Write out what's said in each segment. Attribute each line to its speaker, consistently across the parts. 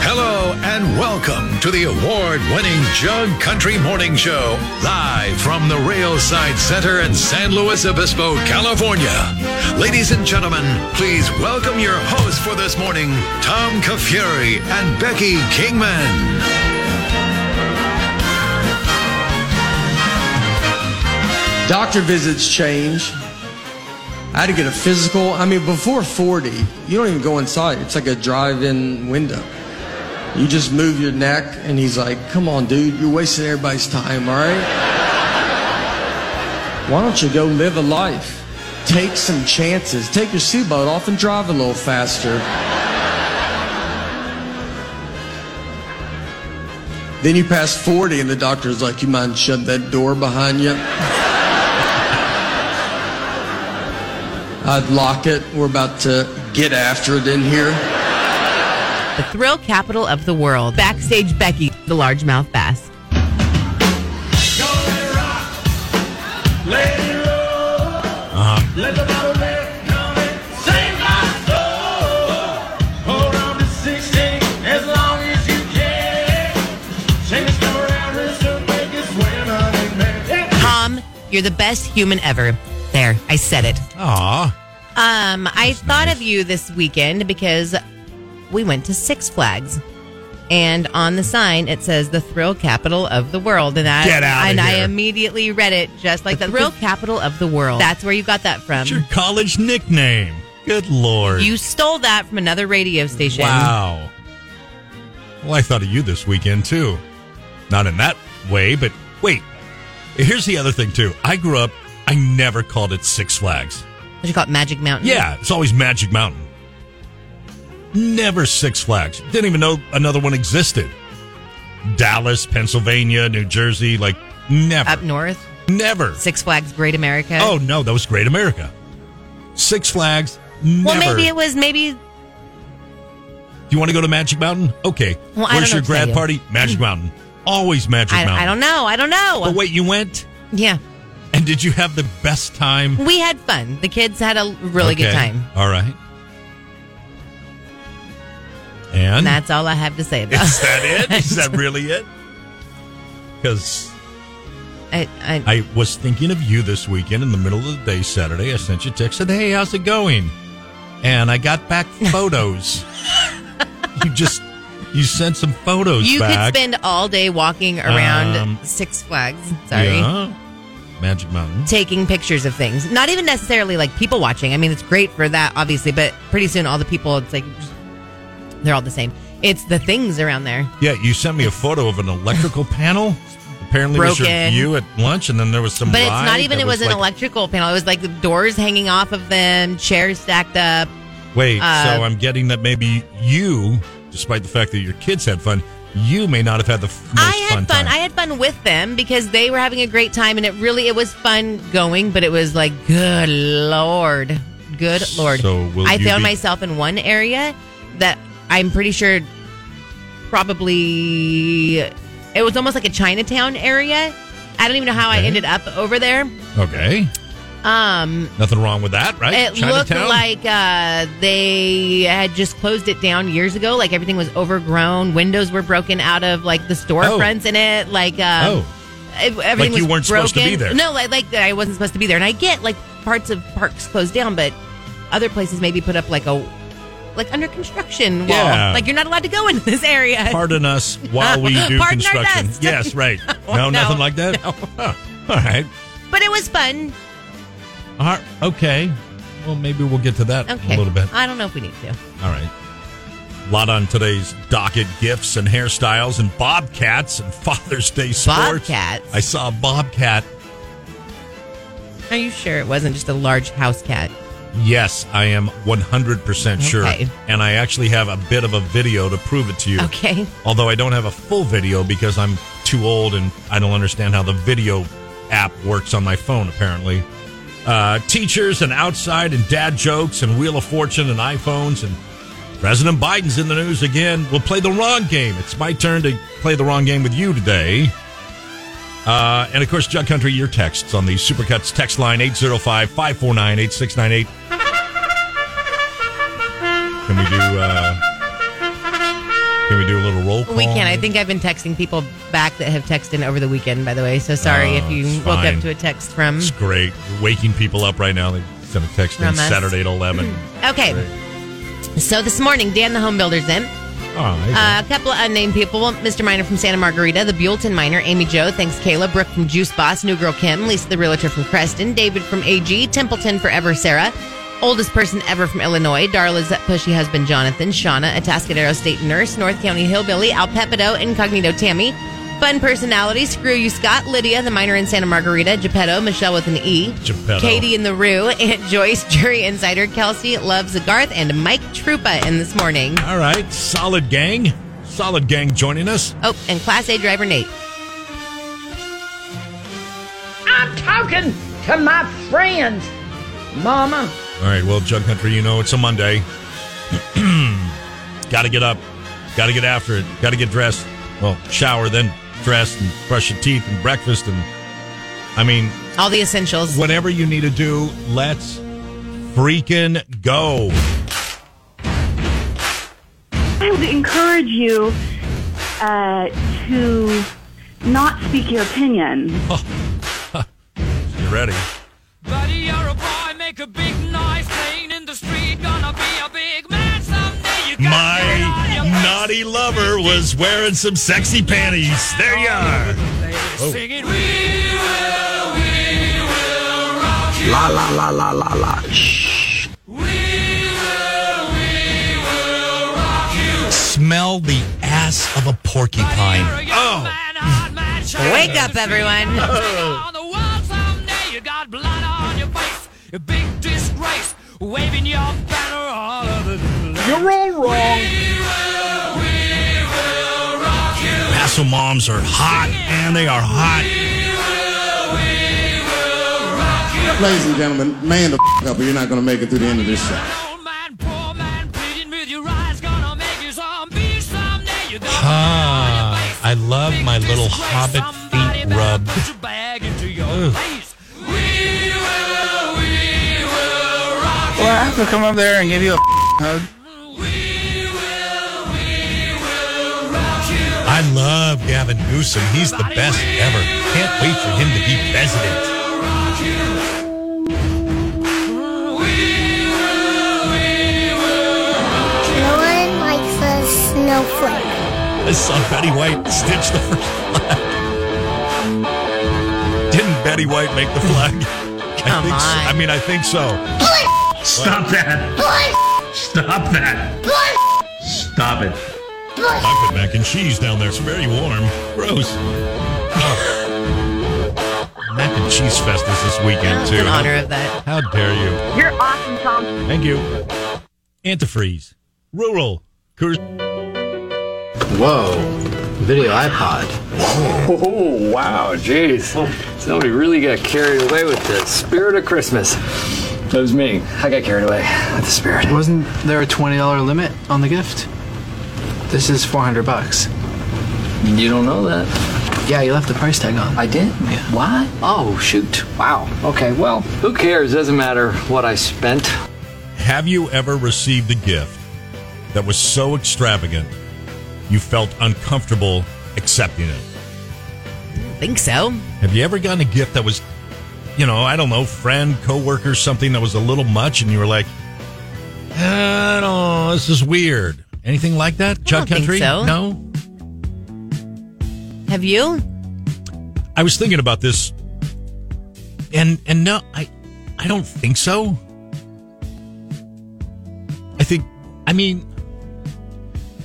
Speaker 1: Hello and welcome to the award winning Jug Country Morning Show, live from the Railside Center in San Luis Obispo, California. Ladies and gentlemen, please welcome your hosts for this morning, Tom Kafuri and Becky Kingman.
Speaker 2: Doctor visits change. I had to get a physical. I mean, before 40, you don't even go inside. It's like a drive in window. You just move your neck, and he's like, Come on, dude, you're wasting everybody's time, all right? Why don't you go live a life? Take some chances. Take your seatbelt off and drive a little faster. then you pass 40, and the doctor's like, You mind shutting that door behind you? I'd lock it. We're about to get after it in here.
Speaker 3: the thrill capital of the world. Backstage Becky, the largemouth bass. Tom, you're the best human ever. There, I said it.
Speaker 4: Aw.
Speaker 3: Um, I thought of you this weekend because we went to Six Flags. And on the sign, it says the thrill capital of the world. And I,
Speaker 4: Get outta
Speaker 3: and I
Speaker 4: here.
Speaker 3: immediately read it just like the thrill capital of the world. That's where you got that from.
Speaker 4: It's your college nickname. Good lord.
Speaker 3: You stole that from another radio station.
Speaker 4: wow. Well, I thought of you this weekend too. Not in that way, but wait. Here's the other thing too. I grew up. I never called it Six Flags.
Speaker 3: What do you call it? Magic Mountain.
Speaker 4: Yeah, it's always Magic Mountain. Never Six Flags. Didn't even know another one existed. Dallas, Pennsylvania, New Jersey, like never,
Speaker 3: Up north.
Speaker 4: never.
Speaker 3: Six Flags Great America.
Speaker 4: Oh no, that was Great America. Six Flags. Never.
Speaker 3: well, maybe it was maybe
Speaker 4: You want to go to Magic Mountain? Okay.
Speaker 3: Well, I don't know
Speaker 4: Where's your
Speaker 3: what to tell
Speaker 4: grad
Speaker 3: you.
Speaker 4: party? Magic Mountain. Always Magic
Speaker 3: I,
Speaker 4: Mountain.
Speaker 3: I don't know. I don't know.
Speaker 4: But wait, you went
Speaker 3: yeah,
Speaker 4: and did you have the best time?
Speaker 3: we had fun. The kids had a really good
Speaker 4: Okay.
Speaker 3: time.
Speaker 4: All right. And
Speaker 3: And that's all I have to say about.
Speaker 4: is that it? Is that really it? Because
Speaker 3: I, I,
Speaker 4: I was thinking of you this weekend in the middle of the day Saturday. I sent you a text said, "Hey, how's it going?" And I got back photos. you just you sent some photos.
Speaker 3: you
Speaker 4: back.
Speaker 3: could spend all day walking around
Speaker 4: Um,
Speaker 3: Six Flags. Sorry.
Speaker 4: Yeah. Magic Mountain.
Speaker 3: Taking pictures of things, not even necessarily like people watching. I mean, it's great for that, obviously, but pretty soon all the people, it's like they're all the same. It's the things around there.
Speaker 4: Yeah, you sent me a photo of an electrical panel. Apparently, it was your,
Speaker 3: Broken.
Speaker 4: you at lunch, and then there was some.
Speaker 3: But it's
Speaker 4: ride
Speaker 3: not even,
Speaker 4: that
Speaker 3: it was an
Speaker 4: like-
Speaker 3: electrical panel. It was like the doors hanging off of them, chairs stacked up.
Speaker 4: Wait,
Speaker 3: uh,
Speaker 4: so I'm getting that maybe you, despite the fact that your kids had fun, you may not have had the f- most
Speaker 3: I had fun.
Speaker 4: fun.
Speaker 3: I had fun with them because they were having a great time, and it really it was fun going. But it was like, good lord, good lord.
Speaker 4: So will
Speaker 3: I
Speaker 4: you
Speaker 3: found
Speaker 4: be-
Speaker 3: myself in one area that I'm pretty sure probably it was almost like a Chinatown area. I don't even know how I
Speaker 4: Okay.
Speaker 3: ended up over there.
Speaker 4: okay,
Speaker 3: Um,
Speaker 4: nothing wrong with that, right?
Speaker 3: it looked
Speaker 4: Chinatown?
Speaker 3: like uh, they had just closed it down years ago. Like everything was overgrown. Windows were broken out of like the storefronts in it. Like um,
Speaker 4: Oh.
Speaker 3: ev- everything
Speaker 4: you
Speaker 3: was
Speaker 4: weren't
Speaker 3: broken.
Speaker 4: supposed to be there.
Speaker 3: No, like, like I wasn't supposed to be there. And I get like parts of parks closed down, but other places maybe put up like a like under construction wall.
Speaker 4: Yeah.
Speaker 3: Like you're not allowed to go into this area.
Speaker 4: Pardon us while we do
Speaker 3: Pardon our
Speaker 4: construction.
Speaker 3: dust.
Speaker 4: Yes, right. No,
Speaker 3: No,
Speaker 4: nothing like that.
Speaker 3: no.
Speaker 4: Huh. All right.
Speaker 3: But it was fun.
Speaker 4: All right. Okay. Well, maybe we'll get to that
Speaker 3: Okay,
Speaker 4: a little bit.
Speaker 3: I don't know if we need to.
Speaker 4: All right. A lot on today's docket gifts and hairstyles and bobcats and Father's Day sports.
Speaker 3: Bobcats?
Speaker 4: I saw a bobcat.
Speaker 3: Are you sure it wasn't just a large house cat?
Speaker 4: Yes, I am 100% sure.
Speaker 3: Okay.
Speaker 4: And I actually have a bit of a video to prove it to you.
Speaker 3: Okay.
Speaker 4: Although I don't have a full video because I'm too old and I don't understand how the video app works on my phone, apparently. Uh, teachers and outside and dad jokes and Wheel of Fortune and iPhones and President Biden's in the news again. We'll play the wrong game. It's my turn to play the wrong game with you today. Uh, and of course, Jug Country, your texts on the Supercuts text line 805 549 8698. Can we do. Uh, can we do a little roll call?
Speaker 3: We can. I think I've been texting people back that have texted over the weekend, by the way. So sorry
Speaker 4: Oh,
Speaker 3: if you
Speaker 4: it's
Speaker 3: woke
Speaker 4: fine.
Speaker 3: up to a text from.
Speaker 4: It's great. You're waking people up right now. They sent a text in
Speaker 3: From us.
Speaker 4: Saturday at 11.
Speaker 3: Okay. So this morning, Dan the home builder's in. Uh,
Speaker 4: Oh,
Speaker 3: a couple of unnamed people. Mr. Miner from Santa Margarita, the Buellton Miner, Amy Joe, thanks Kayla, Brooke from Juice Boss, New Girl Kim, Lisa the Realtor from Creston, David from AG, Templeton Forever Sarah, oldest person ever from Illinois, Darla's pushy husband Jonathan, Shauna, Atascadero State Nurse, North County Hillbilly, Al Pepito, Incognito Tammy, Fun Personality, Screw You Scott, Lydia, the Miner in Santa Margarita, Geppetto, Michelle with an E,
Speaker 4: Geppetto.
Speaker 3: Katie in the Rue, Aunt Joyce, Jury Insider, Kelsey, Loves a Garth, and Mike Trupa in this morning.
Speaker 4: All right. Solid gang. Solid gang joining us.
Speaker 3: Oh, and Class A driver Nate.
Speaker 5: I'm talking to my friends, Mama.
Speaker 4: All right. Well, Jug Country, you know it's a Monday. Got to get up. Got to get after it. Got to get dressed. Well, shower, then dress, and brush your teeth, and breakfast. And I mean,
Speaker 3: All the essentials.
Speaker 4: whatever you need to do, let's freaking go.
Speaker 6: I would encourage you uh, to not speak your opinion.
Speaker 4: You ready?
Speaker 7: Buddy, you're a boy, make a big noise playing in the street. Gonna be a big man someday. You got
Speaker 4: My
Speaker 7: it on your mind.
Speaker 4: naughty lover was wearing some sexy panties. There you are. oh.
Speaker 7: Sing it. We will, we will rock you. La la la la la la. Shh. We will, we will rock you.
Speaker 4: Smell the ass of a
Speaker 7: Buddy,
Speaker 4: porcupine.
Speaker 7: you're a young
Speaker 4: Oh.
Speaker 7: man, hard man, shining
Speaker 3: Wake
Speaker 7: in the
Speaker 3: up,
Speaker 7: street.
Speaker 3: everyone.
Speaker 7: Take on the world someday. You got blood on your face. A big disgrace. Waving your banner all over the place.
Speaker 4: You're all wrong.
Speaker 7: We will, we will rock you.
Speaker 4: Paso moms are hot, and they are hot.
Speaker 2: Ladies and gentlemen, man the f- up or you're not going to make it through the end of this show.
Speaker 7: Old man, poor man, pleading with your eyes, gonna make you zombie someday. You got
Speaker 4: Ah, I love my little hobbit feet rub.
Speaker 7: Put your bag into your face. We will, we will rock
Speaker 8: Well, I have to come up there and give you a hug.
Speaker 7: you. We will, we will rock you.
Speaker 4: I love Gavin Newsom. He's the best ever. Can't wait for him to be president.
Speaker 9: No one likes a snowflake.
Speaker 4: I saw Betty White stitch the first flag. Didn't Betty White make the flag? I
Speaker 3: Come
Speaker 4: think so.
Speaker 3: on.
Speaker 4: I mean, I think so.
Speaker 10: Stop that. Stop that. Stop it.
Speaker 4: I put mac and cheese down there. It's very warm. Gross. Oh. mac and cheese fest is this weekend too.
Speaker 3: In honor of that.
Speaker 4: How dare you?
Speaker 6: You're awesome, Tom.
Speaker 4: Thank you. Antifreeze. Rural. Coors.
Speaker 11: Whoa, video iPod. Oh, wow, jeez. Somebody really got carried away with the spirit of Christmas. That was me. I got carried away with the spirit. Wasn't there a $20 limit on the gift? This is 400 bucks. You don't know that. Yeah, you left the price tag on. I did? Yeah. Why? Oh, shoot. Wow. Okay, well, who cares? Doesn't matter what I spent.
Speaker 4: Have you ever received a gift that was so extravagant you felt uncomfortable accepting it?
Speaker 3: Think so.
Speaker 4: Have you ever gotten a gift that was, you know, I don't know, friend, coworker, something that was a little much, and you were like, I don't know, this is weird. Anything like that? Chuck
Speaker 3: don't think
Speaker 4: Country?
Speaker 3: so.
Speaker 4: No.
Speaker 3: Have you?
Speaker 4: I was thinking about this, and and no, I I don't think so. I think, I mean,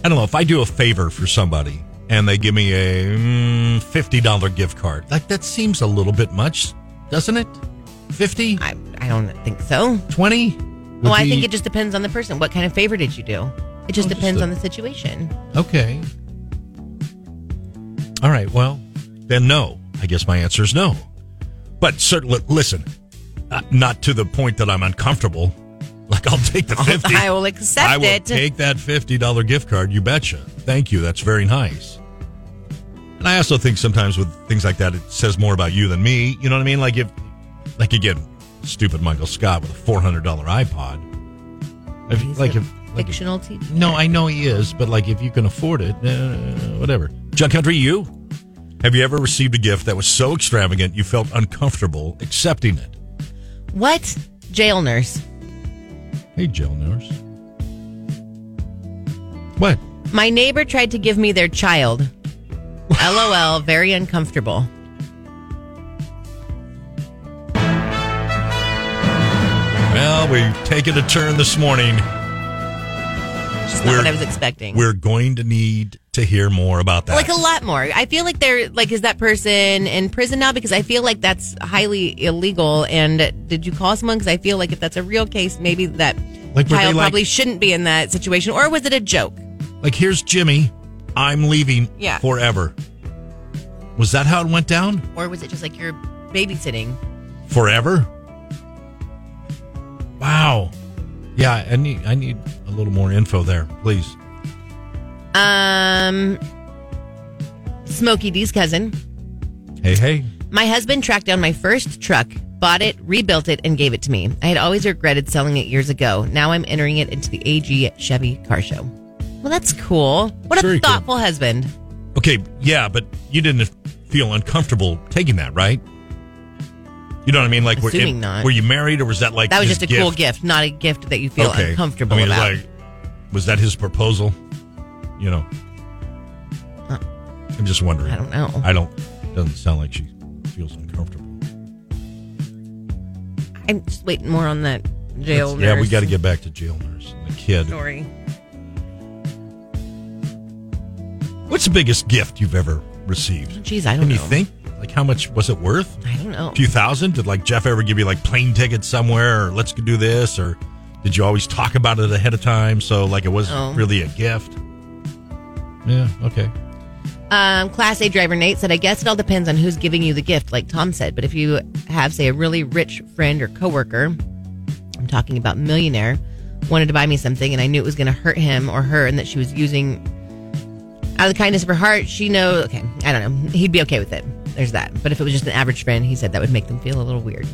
Speaker 4: I don't know if I do a favor for somebody and they give me a mm, fifty dollar gift card. Like that seems a little bit much, doesn't it? Fifty.
Speaker 3: I, I don't think so.
Speaker 4: 20?
Speaker 3: Well, Oh, I think it just depends on the person. What kind of favor did you do? It just
Speaker 4: Oh, just
Speaker 3: depends
Speaker 4: a-
Speaker 3: on the situation.
Speaker 4: Okay. All right. Well, then no. I guess my answer is no. But certainly, listen, uh, not to the point that I'm uncomfortable. Like I'll take the fifty.
Speaker 3: I will accept
Speaker 4: I will
Speaker 3: it.
Speaker 4: take that fifty dollar gift card. You betcha. Thank you. That's very nice. And I also think sometimes with things like that, it says more about you than me. You know what I mean? Like if, like again, stupid Michael Scott with a four hundred dollar iPod. If, like if like if-
Speaker 3: Fictional teacher.
Speaker 4: no, I know he is, but like if you can afford it, uh, whatever. Junk Country, you have you ever received a gift that was so extravagant you felt uncomfortable accepting it?
Speaker 3: What? Jail nurse.
Speaker 4: Hey, jail nurse. What?
Speaker 3: My neighbor tried to give me their child. LOL, very uncomfortable.
Speaker 4: Well, we've taken a turn this morning.
Speaker 3: Just not what I was expecting.
Speaker 4: We're going to need to hear more about that.
Speaker 3: Like a lot more. I feel like they're like, is that person in prison now? Because I feel like that's highly illegal. And did you call someone? Because I feel like if that's a real case, maybe that
Speaker 4: Like, were they,
Speaker 3: child
Speaker 4: like-
Speaker 3: probably shouldn't be in that situation. Or was it a joke?
Speaker 4: Like, here's Jimmy. I'm leaving
Speaker 3: Yeah.
Speaker 4: forever. Was that how it went down?
Speaker 3: Or was it just like you're babysitting?
Speaker 4: Forever? Wow. Yeah, I need I need a little more info there, please.
Speaker 3: Um, Smokey D's cousin.
Speaker 4: Hey, hey.
Speaker 3: My husband tracked down my first truck, bought it, rebuilt it, and gave it to me. I had always regretted selling it years ago. Now I'm entering it into the AG Chevy car show. Well, that's cool. What
Speaker 4: Very
Speaker 3: a
Speaker 4: cool.
Speaker 3: thoughtful husband.
Speaker 4: Okay, yeah, but you didn't feel uncomfortable taking that, right? You know what I mean? Like,
Speaker 3: Assuming
Speaker 4: were,
Speaker 3: not.
Speaker 4: were you married, or was that like
Speaker 3: that was
Speaker 4: his
Speaker 3: just a cool gift, not a gift that you feel uncomfortable
Speaker 4: I mean,
Speaker 3: about.
Speaker 4: Like, was that his proposal? You know, I'm just wondering.
Speaker 3: Uh, I don't know.
Speaker 4: I don't. Doesn't sound like she feels uncomfortable.
Speaker 3: I'm just waiting more on that jail.
Speaker 4: Yeah, we
Speaker 3: nurse
Speaker 4: got to get back to jail nurse. and The kid.
Speaker 3: story.
Speaker 4: What's the biggest gift you've ever received?
Speaker 3: Jeez, I don't
Speaker 4: Can you
Speaker 3: know.
Speaker 4: think? Like, how much was it worth?
Speaker 3: I don't know.
Speaker 4: A few thousand? Did like Jeff ever give you like plane tickets somewhere, or let's go do this, or did you always talk about it ahead of time so like it wasn't
Speaker 3: No.
Speaker 4: really a gift? Yeah. Okay.
Speaker 3: Um, Class A driver Nate said, I guess it all depends on who's giving you the gift, like Tom said. But if you have, say, a really rich friend or coworker, I'm talking about millionaire, wanted to buy me something and I knew it was going to hurt him or her and that she was using out of the kindness of her heart, she knows, okay, I don't know. He'd be okay with it. There's that. But if it was just an average friend, he said that would make them feel a little weird.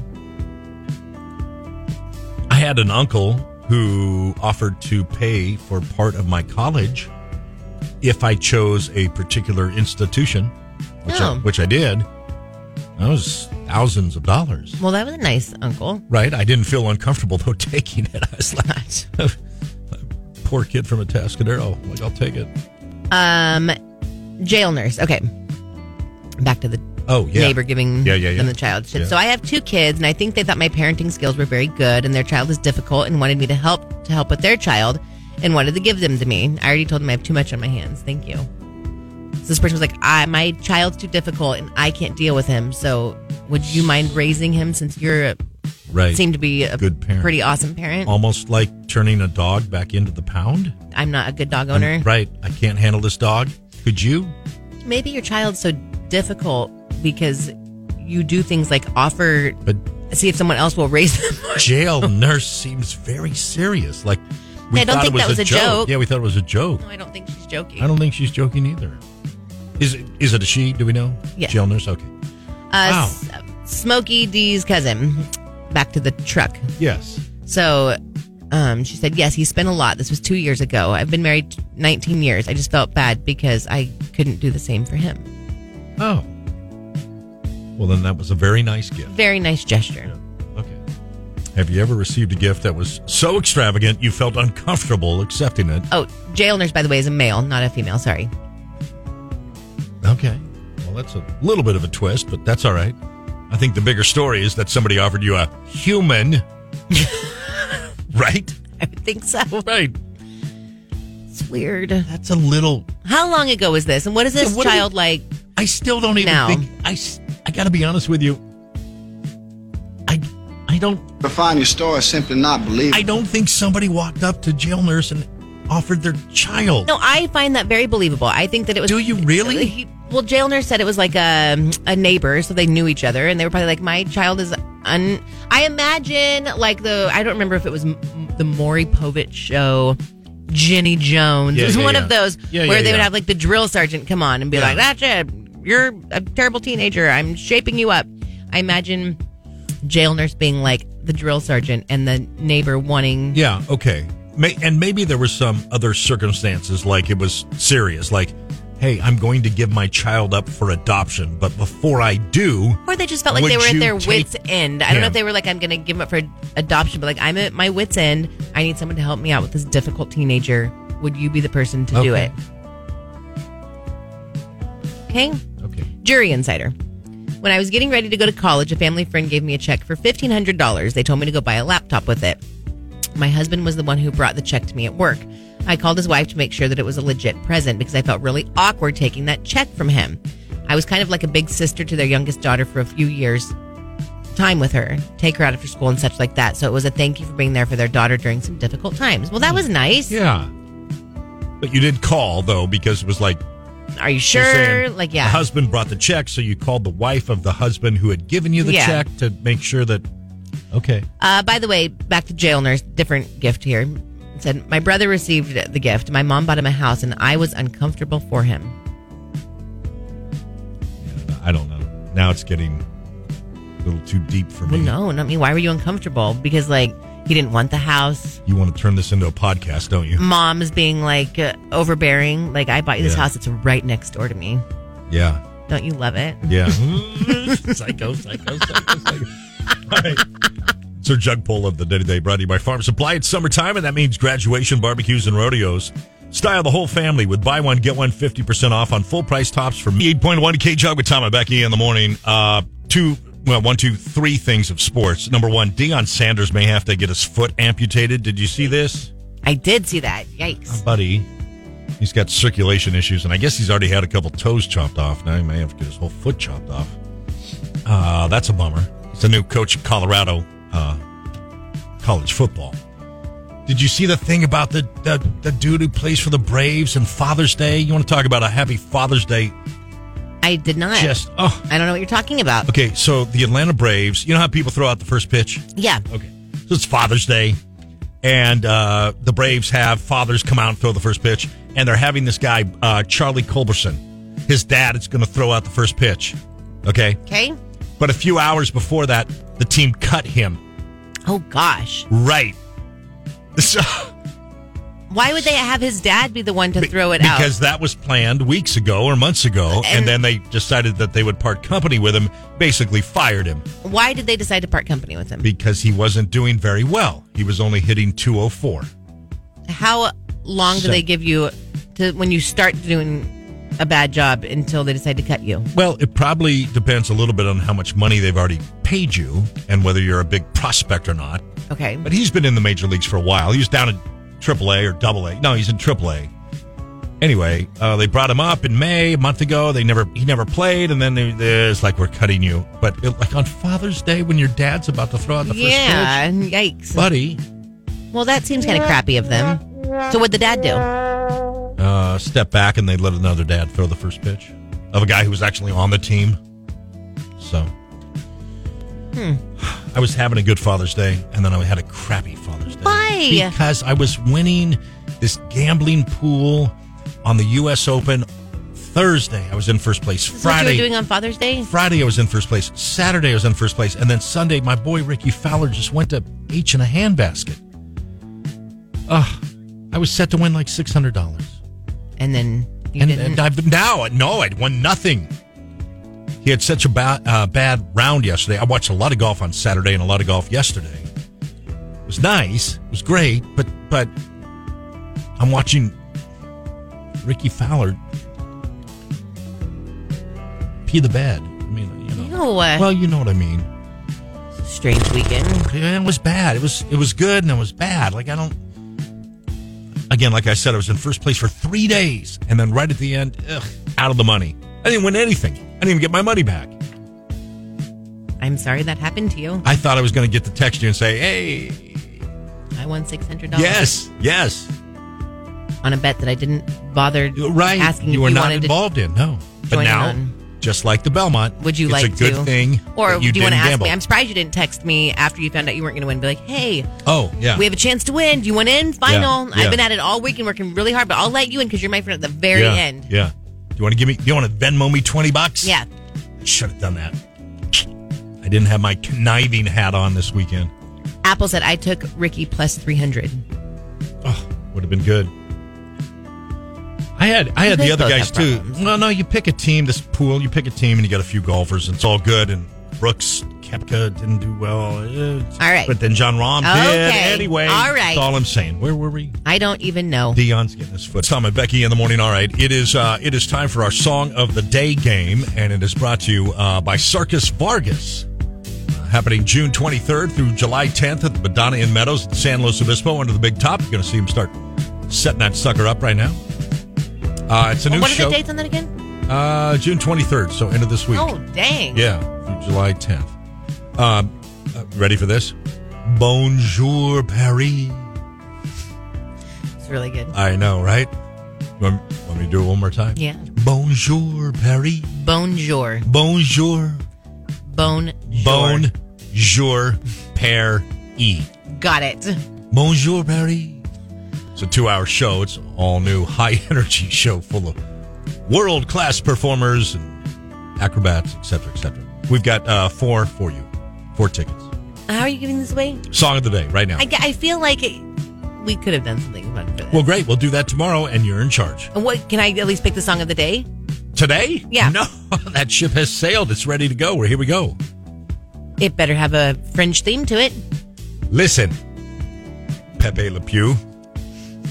Speaker 4: I had an uncle who offered to pay for part of my college if I chose a particular institution, which,
Speaker 3: Oh.
Speaker 4: I, which I did. That was thousands of dollars.
Speaker 3: Well, that was a nice uncle.
Speaker 4: Right? I didn't feel uncomfortable though taking it. I was like, poor kid from a Tascadero. Like, I'll take it.
Speaker 3: Um, jail nurse. Okay. Back to the
Speaker 4: Oh, yeah.
Speaker 3: neighbor giving
Speaker 4: Yeah, yeah, yeah.
Speaker 3: them the child.
Speaker 4: Yeah.
Speaker 3: So I have two kids, and I think they thought my parenting skills were very good, and their child is difficult, and wanted me to help to help with their child, and wanted to give them to me. I already told them I have too much on my hands. Thank you. So this person was like, I, "My child's too difficult, and I can't deal with him. So would you mind raising him since you're a,
Speaker 4: Right.
Speaker 3: seem to be a
Speaker 4: Good parent.
Speaker 3: pretty awesome parent?
Speaker 4: Almost like turning a dog back into the pound.
Speaker 3: I'm not a good dog owner.
Speaker 4: I'm- right. I can't handle this dog. Could you?
Speaker 3: Maybe your child's so difficult because you do things like offer,
Speaker 4: But
Speaker 3: see if someone else will raise them.
Speaker 4: jail nurse seems very serious. Like, we
Speaker 3: Yeah, I don't
Speaker 4: thought
Speaker 3: think
Speaker 4: it was
Speaker 3: that was
Speaker 4: a
Speaker 3: a joke.
Speaker 4: Yeah, we thought it was a joke.
Speaker 3: no, I don't think she's joking.
Speaker 4: I don't think she's joking either. Is it, is it a she? Do we know?
Speaker 3: Yeah.
Speaker 4: Jail nurse? Okay.
Speaker 3: Uh, S- Smokey D's cousin. Back to the truck.
Speaker 4: Yes.
Speaker 3: So um, she said, Yes, he spent a lot. This was two years ago. I've been married 19 years. I just felt bad because I couldn't do the same for him.
Speaker 4: Oh. Well, then that was a very nice gift.
Speaker 3: Very nice gesture.
Speaker 4: Okay. Have you ever received a gift that was so extravagant you felt uncomfortable accepting it?
Speaker 3: Oh, jail nurse, by the way, is a male, not a female. Sorry.
Speaker 4: Okay. Well, that's a little bit of a twist, but that's all right. I think the bigger story is that somebody offered you a human. right?
Speaker 3: I would think so.
Speaker 4: Right.
Speaker 3: It's weird.
Speaker 4: That's a little.
Speaker 3: How long ago was this? And what is this
Speaker 4: Yeah, what do you-
Speaker 3: child like?
Speaker 4: I still don't even
Speaker 3: No.
Speaker 4: think. I, s- I got to be honest with you. I, I don't.
Speaker 12: Define your story is simply not believable.
Speaker 4: I don't think somebody walked up to jail nurse and offered their child.
Speaker 7: Oh.
Speaker 3: No, I find that very believable. I think that it was.
Speaker 4: Do you really?
Speaker 3: He, Well, jail nurse said it was like a, a neighbor, so they knew each other, and they were probably like, "My child is un." I imagine like the I don't remember if it was m- the Maury Povich show, Jenny Jones.
Speaker 7: Yeah,
Speaker 3: it was
Speaker 7: yeah,
Speaker 3: one
Speaker 7: yeah.
Speaker 3: of those
Speaker 7: Yeah,
Speaker 3: where
Speaker 7: yeah,
Speaker 3: they would
Speaker 7: yeah.
Speaker 3: have like the drill sergeant come on and be
Speaker 7: Yeah.
Speaker 3: like, "That's it. You're a terrible teenager. I'm shaping you up." I imagine jail nurse being like the drill sergeant and the neighbor wanting
Speaker 4: Yeah, okay. May, and maybe there was some other circumstances, like it was serious, like, hey, I'm going to give my child up for adoption, but before I do,
Speaker 3: Or they just felt like they
Speaker 4: Would
Speaker 3: were at
Speaker 4: you
Speaker 3: their
Speaker 4: take
Speaker 3: wits' end. I don't know
Speaker 4: him?
Speaker 3: if they were like, I'm going to give him up for adoption, but like, I'm at my wits' end. I need someone to help me out with this difficult teenager. Would you be the person to do
Speaker 7: Okay.
Speaker 3: it? Okay. Okay. Jury Insider. When I was getting ready to go to college, a family friend gave me a check for $1,500. They told me to go buy a laptop with it. My husband was the one who brought the check to me at work. I called his wife to make sure that it was a legit present because I felt really awkward taking that check from him. I was kind of like a big sister to their youngest daughter for a few years time with her, take her out after school and such like that. So it was a thank you for being there for their daughter during some difficult times. Well, that was nice.
Speaker 4: Yeah. But you did call, though, because it was like,
Speaker 3: Are you
Speaker 4: you're saying
Speaker 3: sure? Like, yeah.
Speaker 4: The husband brought the check, so you called the wife of the husband who had given you the
Speaker 3: Yeah.
Speaker 4: check to make sure that, okay.
Speaker 3: Uh, by the way, back to jail nurse, different gift here. It said, My brother received the gift. My mom bought him a house, and I was uncomfortable for him.
Speaker 4: I don't know. Now it's getting a little too deep for me.
Speaker 3: Well, no, not me. Why were you uncomfortable? Because, like, he didn't want the house.
Speaker 4: You want to turn this into a podcast, don't you?
Speaker 3: Mom's being, like, uh, overbearing. Like, I bought you this
Speaker 4: Yeah.
Speaker 3: house. It's right next door to me.
Speaker 4: Yeah.
Speaker 3: Don't you love it?
Speaker 4: Yeah. psycho, psycho, psycho, psycho. All right. It's our jug pull of the day today brought to you by Farm Supply. It's summertime, and that means graduation, barbecues, and rodeos. Style the whole family with buy one, get one 50% off on full price tops from 8.1 K Jug with Tom and Becky in the morning. Uh, two, well, one, two, three things of sports. Number one, Deion Sanders may have to get his foot amputated. Did you see this?
Speaker 3: I did see that. Yikes.
Speaker 4: buddy. He's got circulation issues, and I guess he's already had a couple toes chopped off. Now he may have to get his whole foot chopped off. Uh, that's a bummer. He's a new coach at Colorado uh, college football. Did you see the thing about the, the the dude who plays for the Braves and Father's Day? You want to talk about a happy Father's Day?
Speaker 3: I did not.
Speaker 4: Um, Just oh,
Speaker 3: I don't know what you're talking about.
Speaker 4: Okay, so the Atlanta Braves. You know how people throw out the first pitch?
Speaker 3: Yeah.
Speaker 4: Okay. So it's Father's Day, and uh, the Braves have fathers come out and throw the first pitch, and they're having this guy, uh, Charlie Culberson. His dad is going to throw out the first pitch. Okay.
Speaker 3: Okay.
Speaker 4: But a few hours before that, the team cut him.
Speaker 3: Oh, gosh.
Speaker 4: Right. So,
Speaker 3: Why would they have his dad be the one to throw it out?
Speaker 4: because that was planned weeks ago or months ago, and, then they decided that they would part company with him, basically fired him
Speaker 3: Why did they decide to part company with him?
Speaker 4: because he wasn't doing very well. He was only hitting 204.
Speaker 3: How long do
Speaker 4: So-
Speaker 3: they give you to when you start doing a bad job until they decide to cut you?
Speaker 4: Well, it probably depends a little bit on how much money they've already paid you and whether you're a big prospect or not.
Speaker 3: Okay.
Speaker 4: But he's been in the major leagues for a while. He was down at AAA or Double A. No, he's in AAA. Anyway, uh, they brought him up in May a month ago. They never he never played, and then they, they- it's like we're cutting you. But it, like on Father's Day when your dad's about to throw out the first
Speaker 3: yeah, and yikes.
Speaker 4: pitch, buddy,
Speaker 3: Well, that seems kind of crappy of them. So what'd the dad do?
Speaker 4: uh, step back and they let another dad throw the first pitch of a guy who was actually on the team. So
Speaker 3: Hmm.
Speaker 4: I was having a good Father's Day, and then I had a crappy Father's Day.
Speaker 3: Why?
Speaker 4: Because I was winning this gambling pool on the U.S. Open Thursday. I was in first place.
Speaker 3: That's what you were
Speaker 4: Friday,
Speaker 3: doing on Father's Day?
Speaker 4: Friday I was in first place. Saturday I was in first place, and then Sunday my boy Ricky Fowler just went to H in a handbasket. Ugh, I was set to win like six hundred dollars,
Speaker 3: and then you
Speaker 4: and,
Speaker 3: didn't?
Speaker 4: I've now no, I'd won nothing. He had such a ba- uh, bad round yesterday. I watched a lot of golf on Saturday and a lot of golf yesterday. It was nice, it was great, but but I'm watching Ricky Fowler pee the bed. I mean, you know.
Speaker 3: No.
Speaker 4: Well, you know what I mean.
Speaker 3: uh, Strange weekend.
Speaker 4: It was bad. It was it was good and it was bad. Like I don't. Again, like I said, I was in first place for three days, and then right at the end, ugh, out of the money. I didn't win anything. I didn't even get my money back.
Speaker 3: I'm sorry that happened to you.
Speaker 4: I thought I was going to get the text you and say, "Hey,
Speaker 3: I won six hundred dollars.
Speaker 4: yes, yes,
Speaker 3: On a bet that I didn't bother
Speaker 4: right."
Speaker 3: asking
Speaker 4: you
Speaker 3: if
Speaker 4: were
Speaker 3: you
Speaker 4: not
Speaker 3: wanted to-
Speaker 4: involved in. No, But
Speaker 3: joining
Speaker 4: now,
Speaker 3: on.
Speaker 4: just like the Belmont,
Speaker 3: Would you
Speaker 4: it's
Speaker 3: like
Speaker 4: a good
Speaker 3: to?
Speaker 4: thing
Speaker 3: Or
Speaker 4: that you
Speaker 3: do you
Speaker 4: didn't
Speaker 3: want to ask
Speaker 4: gamble.
Speaker 3: me? I'm surprised you didn't text me after you found out you weren't going to win. Be like, hey,
Speaker 4: oh yeah,
Speaker 3: we have a chance to win. Do you want in? Final.
Speaker 4: yeah.
Speaker 3: I've been at it all week and working really hard, but I'll let you in because you're my friend at the very
Speaker 4: yeah,
Speaker 3: end.
Speaker 4: Yeah. Do you want to give me? Do you want to Venmo me twenty bucks?
Speaker 3: Yeah.
Speaker 4: Should have done that. I didn't have my conniving hat on this weekend.
Speaker 3: Apple said I took Ricky plus three hundred.
Speaker 4: Would have been good. I had I
Speaker 3: You
Speaker 4: had the
Speaker 3: guys
Speaker 4: other
Speaker 3: both
Speaker 4: guys
Speaker 3: have
Speaker 4: too. Well, no, you pick a team. This pool, you pick a team, and you got a few golfers, and it's all good. And Brooks Kepka didn't do well. eh,
Speaker 3: All right.
Speaker 4: but then John Rahm did
Speaker 3: Okay.
Speaker 4: anyway.
Speaker 3: All right.
Speaker 4: that's all I'm saying. Where were we?
Speaker 3: I don't even know.
Speaker 4: Dion's getting his foot. Tom and Becky in the morning. All right, it is uh, it is time for our song of the day game, and it is brought to you uh, by Circus Vargas. Uh, Happening June 23rd through July 10th at the Madonna Inn Meadows in San Luis Obispo under the big top. You're going to see him start setting that sucker up right now. Uh, it's a new
Speaker 3: Oh, what
Speaker 4: show.
Speaker 3: are the dates on that again?
Speaker 4: Uh, June 23rd, so end of this week.
Speaker 3: Oh, dang.
Speaker 4: Yeah, through July 10th. Um, uh, ready for this? Bonjour Paris.
Speaker 3: It's really good.
Speaker 4: I know, right? Want, want me to do it one more time?
Speaker 3: Yeah.
Speaker 4: Bonjour, Perry.
Speaker 3: Bonjour.
Speaker 4: Bonjour.
Speaker 3: Bone.
Speaker 4: Bonjour, Pair E.
Speaker 3: Got it.
Speaker 4: Bonjour, Perry. It's a two hour show. It's an all new, high energy show full of world class performers and acrobats, etc., etc. We've got uh, four for you, four tickets.
Speaker 3: How are you giving this away?
Speaker 4: Song of the day right now.
Speaker 3: I, I feel like it, we could have done something fun for this.
Speaker 4: well, great. We'll do that tomorrow, and you're in charge.
Speaker 3: And what can I at least pick the song of the day?
Speaker 4: Today?
Speaker 3: Yeah.
Speaker 4: No, that ship has sailed. It's ready to go. We're here. We go.
Speaker 3: It better have a fringe theme to it.
Speaker 4: Listen, Pepe Le Pew,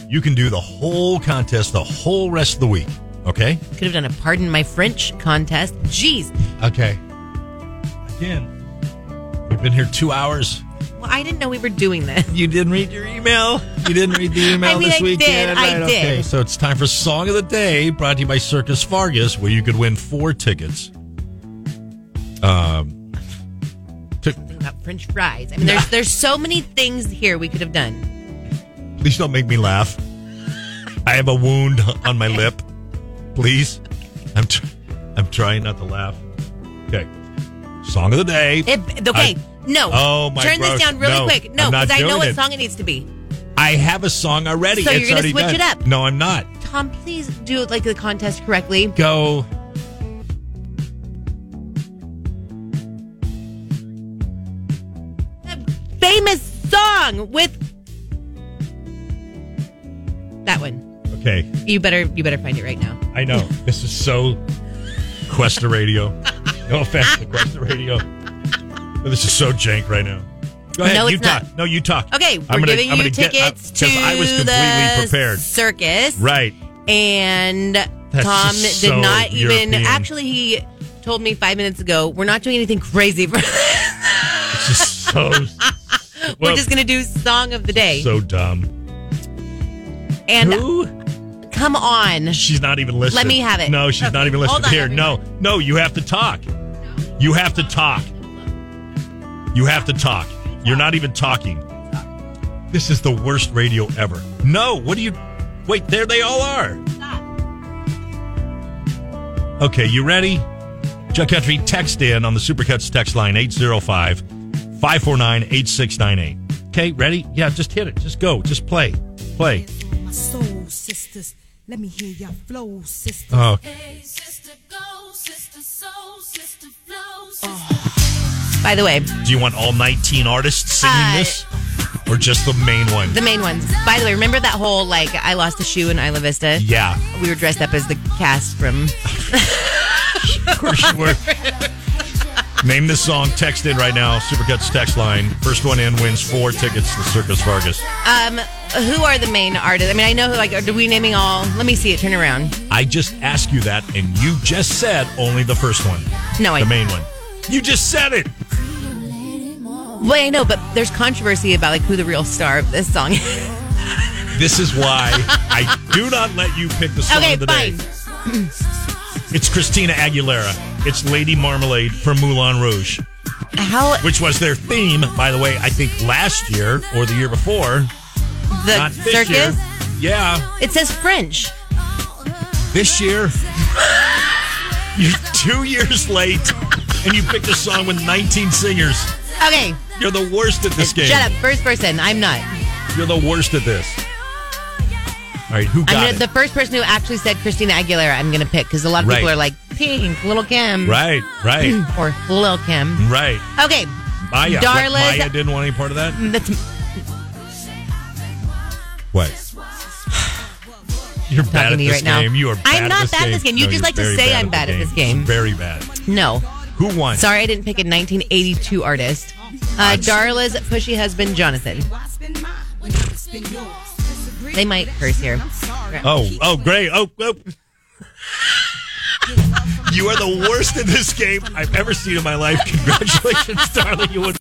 Speaker 4: you can do the whole contest the whole rest of the week. Okay.
Speaker 3: Could have done a pardon my French contest. Jeez.
Speaker 4: Okay. Again, we've been here two hours.
Speaker 3: Well, I didn't know we were doing this.
Speaker 4: You didn't read your email. You didn't read the email
Speaker 3: I mean,
Speaker 4: this
Speaker 3: I
Speaker 4: weekend.
Speaker 3: did. I
Speaker 4: Right,
Speaker 3: did.
Speaker 4: Okay, so it's time for Song of the Day, brought to you by Circus Vargas, where you could win four tickets. Um, to-
Speaker 3: About French fries. I mean, there's there's so many things here we could have done.
Speaker 4: Please don't make me laugh. I have a wound on my lip. Please. I'm tr- I'm trying not to laugh. Okay. Song of the day.
Speaker 3: It, okay,
Speaker 4: I-
Speaker 3: no.
Speaker 4: Oh my
Speaker 3: Turn
Speaker 4: gross.
Speaker 3: this down really
Speaker 4: No,
Speaker 3: quick. No,
Speaker 4: I'm not
Speaker 3: because I know
Speaker 4: doing
Speaker 3: what
Speaker 4: it.
Speaker 3: song it needs to be.
Speaker 4: I have a song already.
Speaker 3: So you're
Speaker 4: It's
Speaker 3: gonna
Speaker 4: already
Speaker 3: switch
Speaker 4: done.
Speaker 3: it up.
Speaker 4: No, I'm not.
Speaker 3: Tom, please do like the contest correctly.
Speaker 4: Go.
Speaker 3: Famous song with that one.
Speaker 4: Okay.
Speaker 3: You better you better find it right now.
Speaker 4: I know. This is so Questa Radio. No offense to Questa Radio. But this is so jank right now. Go ahead.
Speaker 3: No,
Speaker 4: you
Speaker 3: it's not.
Speaker 4: talk. No, you talk.
Speaker 3: Okay, we're
Speaker 4: I'm gonna-
Speaker 3: giving
Speaker 4: I'm
Speaker 3: you
Speaker 4: gonna get- I-
Speaker 3: tickets
Speaker 4: 'cause
Speaker 3: to
Speaker 4: I was
Speaker 3: the
Speaker 4: completely prepared.
Speaker 3: circus.
Speaker 4: Right.
Speaker 3: and
Speaker 4: That's
Speaker 3: Tom did
Speaker 4: just so
Speaker 3: not even.
Speaker 4: European.
Speaker 3: Actually, he told me five minutes ago we're not doing anything crazy. we're
Speaker 4: It's just so Well,
Speaker 3: just gonna do song of the day.
Speaker 4: so dumb.
Speaker 3: and
Speaker 4: Who?
Speaker 3: come on,
Speaker 4: She's not even listening.
Speaker 3: Let me have it.
Speaker 4: No, she's
Speaker 3: Okay,
Speaker 4: not even
Speaker 3: hold
Speaker 4: listening.
Speaker 3: on,
Speaker 4: Here, no, no, you have to talk. You have to talk. You have to talk. You're not even talking. This is the worst radio ever. No, what do you? Wait, there they all are. Okay, you ready? Chuck Country, text in on the Supercuts text line 805 549 8698. Okay, ready? Yeah, just hit it. Just go. Just play. Play.
Speaker 13: My soul sisters, let me hear your flow, sisters.
Speaker 4: Oh.
Speaker 3: By the way,
Speaker 4: Do you want all 19 artists singing
Speaker 3: Uh,
Speaker 4: this? Or just the main one?
Speaker 3: the main ones. By the way, remember that whole like I lost a shoe in Isla Vista.
Speaker 4: yeah.
Speaker 3: We were dressed up as the cast from.
Speaker 4: Of course you were. Name this song, text in right now, Supercuts text line. First one in wins four tickets to Circus Vargas.
Speaker 3: Um, who are the main artists? I mean, I know. Like, are we naming all? Let me see it. Turn around.
Speaker 4: I just asked you that, and you just said only the first one.
Speaker 3: No, I-
Speaker 4: The main one. You just said it.
Speaker 3: Well, I know, but there's controversy about like who the real star of this song is.
Speaker 4: This is why I do not let you pick the song
Speaker 3: okay,
Speaker 4: of the
Speaker 3: fine.
Speaker 4: day. It's Christina Aguilera. It's Lady Marmalade from Moulin Rouge.
Speaker 3: How
Speaker 4: Which was their theme, by the way, I think last year or the year before.
Speaker 3: the
Speaker 4: Not this
Speaker 3: circus?
Speaker 4: year. Yeah.
Speaker 3: It says French.
Speaker 4: This year. You're two years late, and you picked a song with 19 singers.
Speaker 3: Okay,
Speaker 4: You're the worst at this game.
Speaker 3: shut up. First person. I'm not.
Speaker 4: You're the worst at this. All right, who got
Speaker 3: I'm
Speaker 4: it?
Speaker 3: gonna, the first person who actually said Christina Aguilera. I'm going to pick because a lot of people
Speaker 4: Right.
Speaker 3: are like Pink, Little Kim,
Speaker 4: Right, right,
Speaker 3: or Lil Kim.
Speaker 4: right.
Speaker 3: Okay,
Speaker 4: Maya, what,
Speaker 3: Darla's-
Speaker 4: Maya didn't want any part of that.
Speaker 3: That's
Speaker 4: What? You're bad
Speaker 3: talking
Speaker 4: at
Speaker 3: to you
Speaker 4: this
Speaker 3: right now.
Speaker 4: game. You are. Bad
Speaker 3: I'm
Speaker 4: at
Speaker 3: not
Speaker 4: this
Speaker 3: bad at
Speaker 4: game.
Speaker 3: this game. You
Speaker 4: No,
Speaker 3: just
Speaker 4: you're
Speaker 3: like to
Speaker 4: very
Speaker 3: say
Speaker 4: bad
Speaker 3: I'm bad at this game.
Speaker 4: Very bad.
Speaker 3: no.
Speaker 4: Who won?
Speaker 3: Sorry, I didn't pick a 1982 artist. Uh, Darla's pushy husband, Jonathan. They might curse here.
Speaker 4: Oh, oh, great. Oh, oh. you are the worst in this game I've ever seen in my life. Congratulations, darling. You won.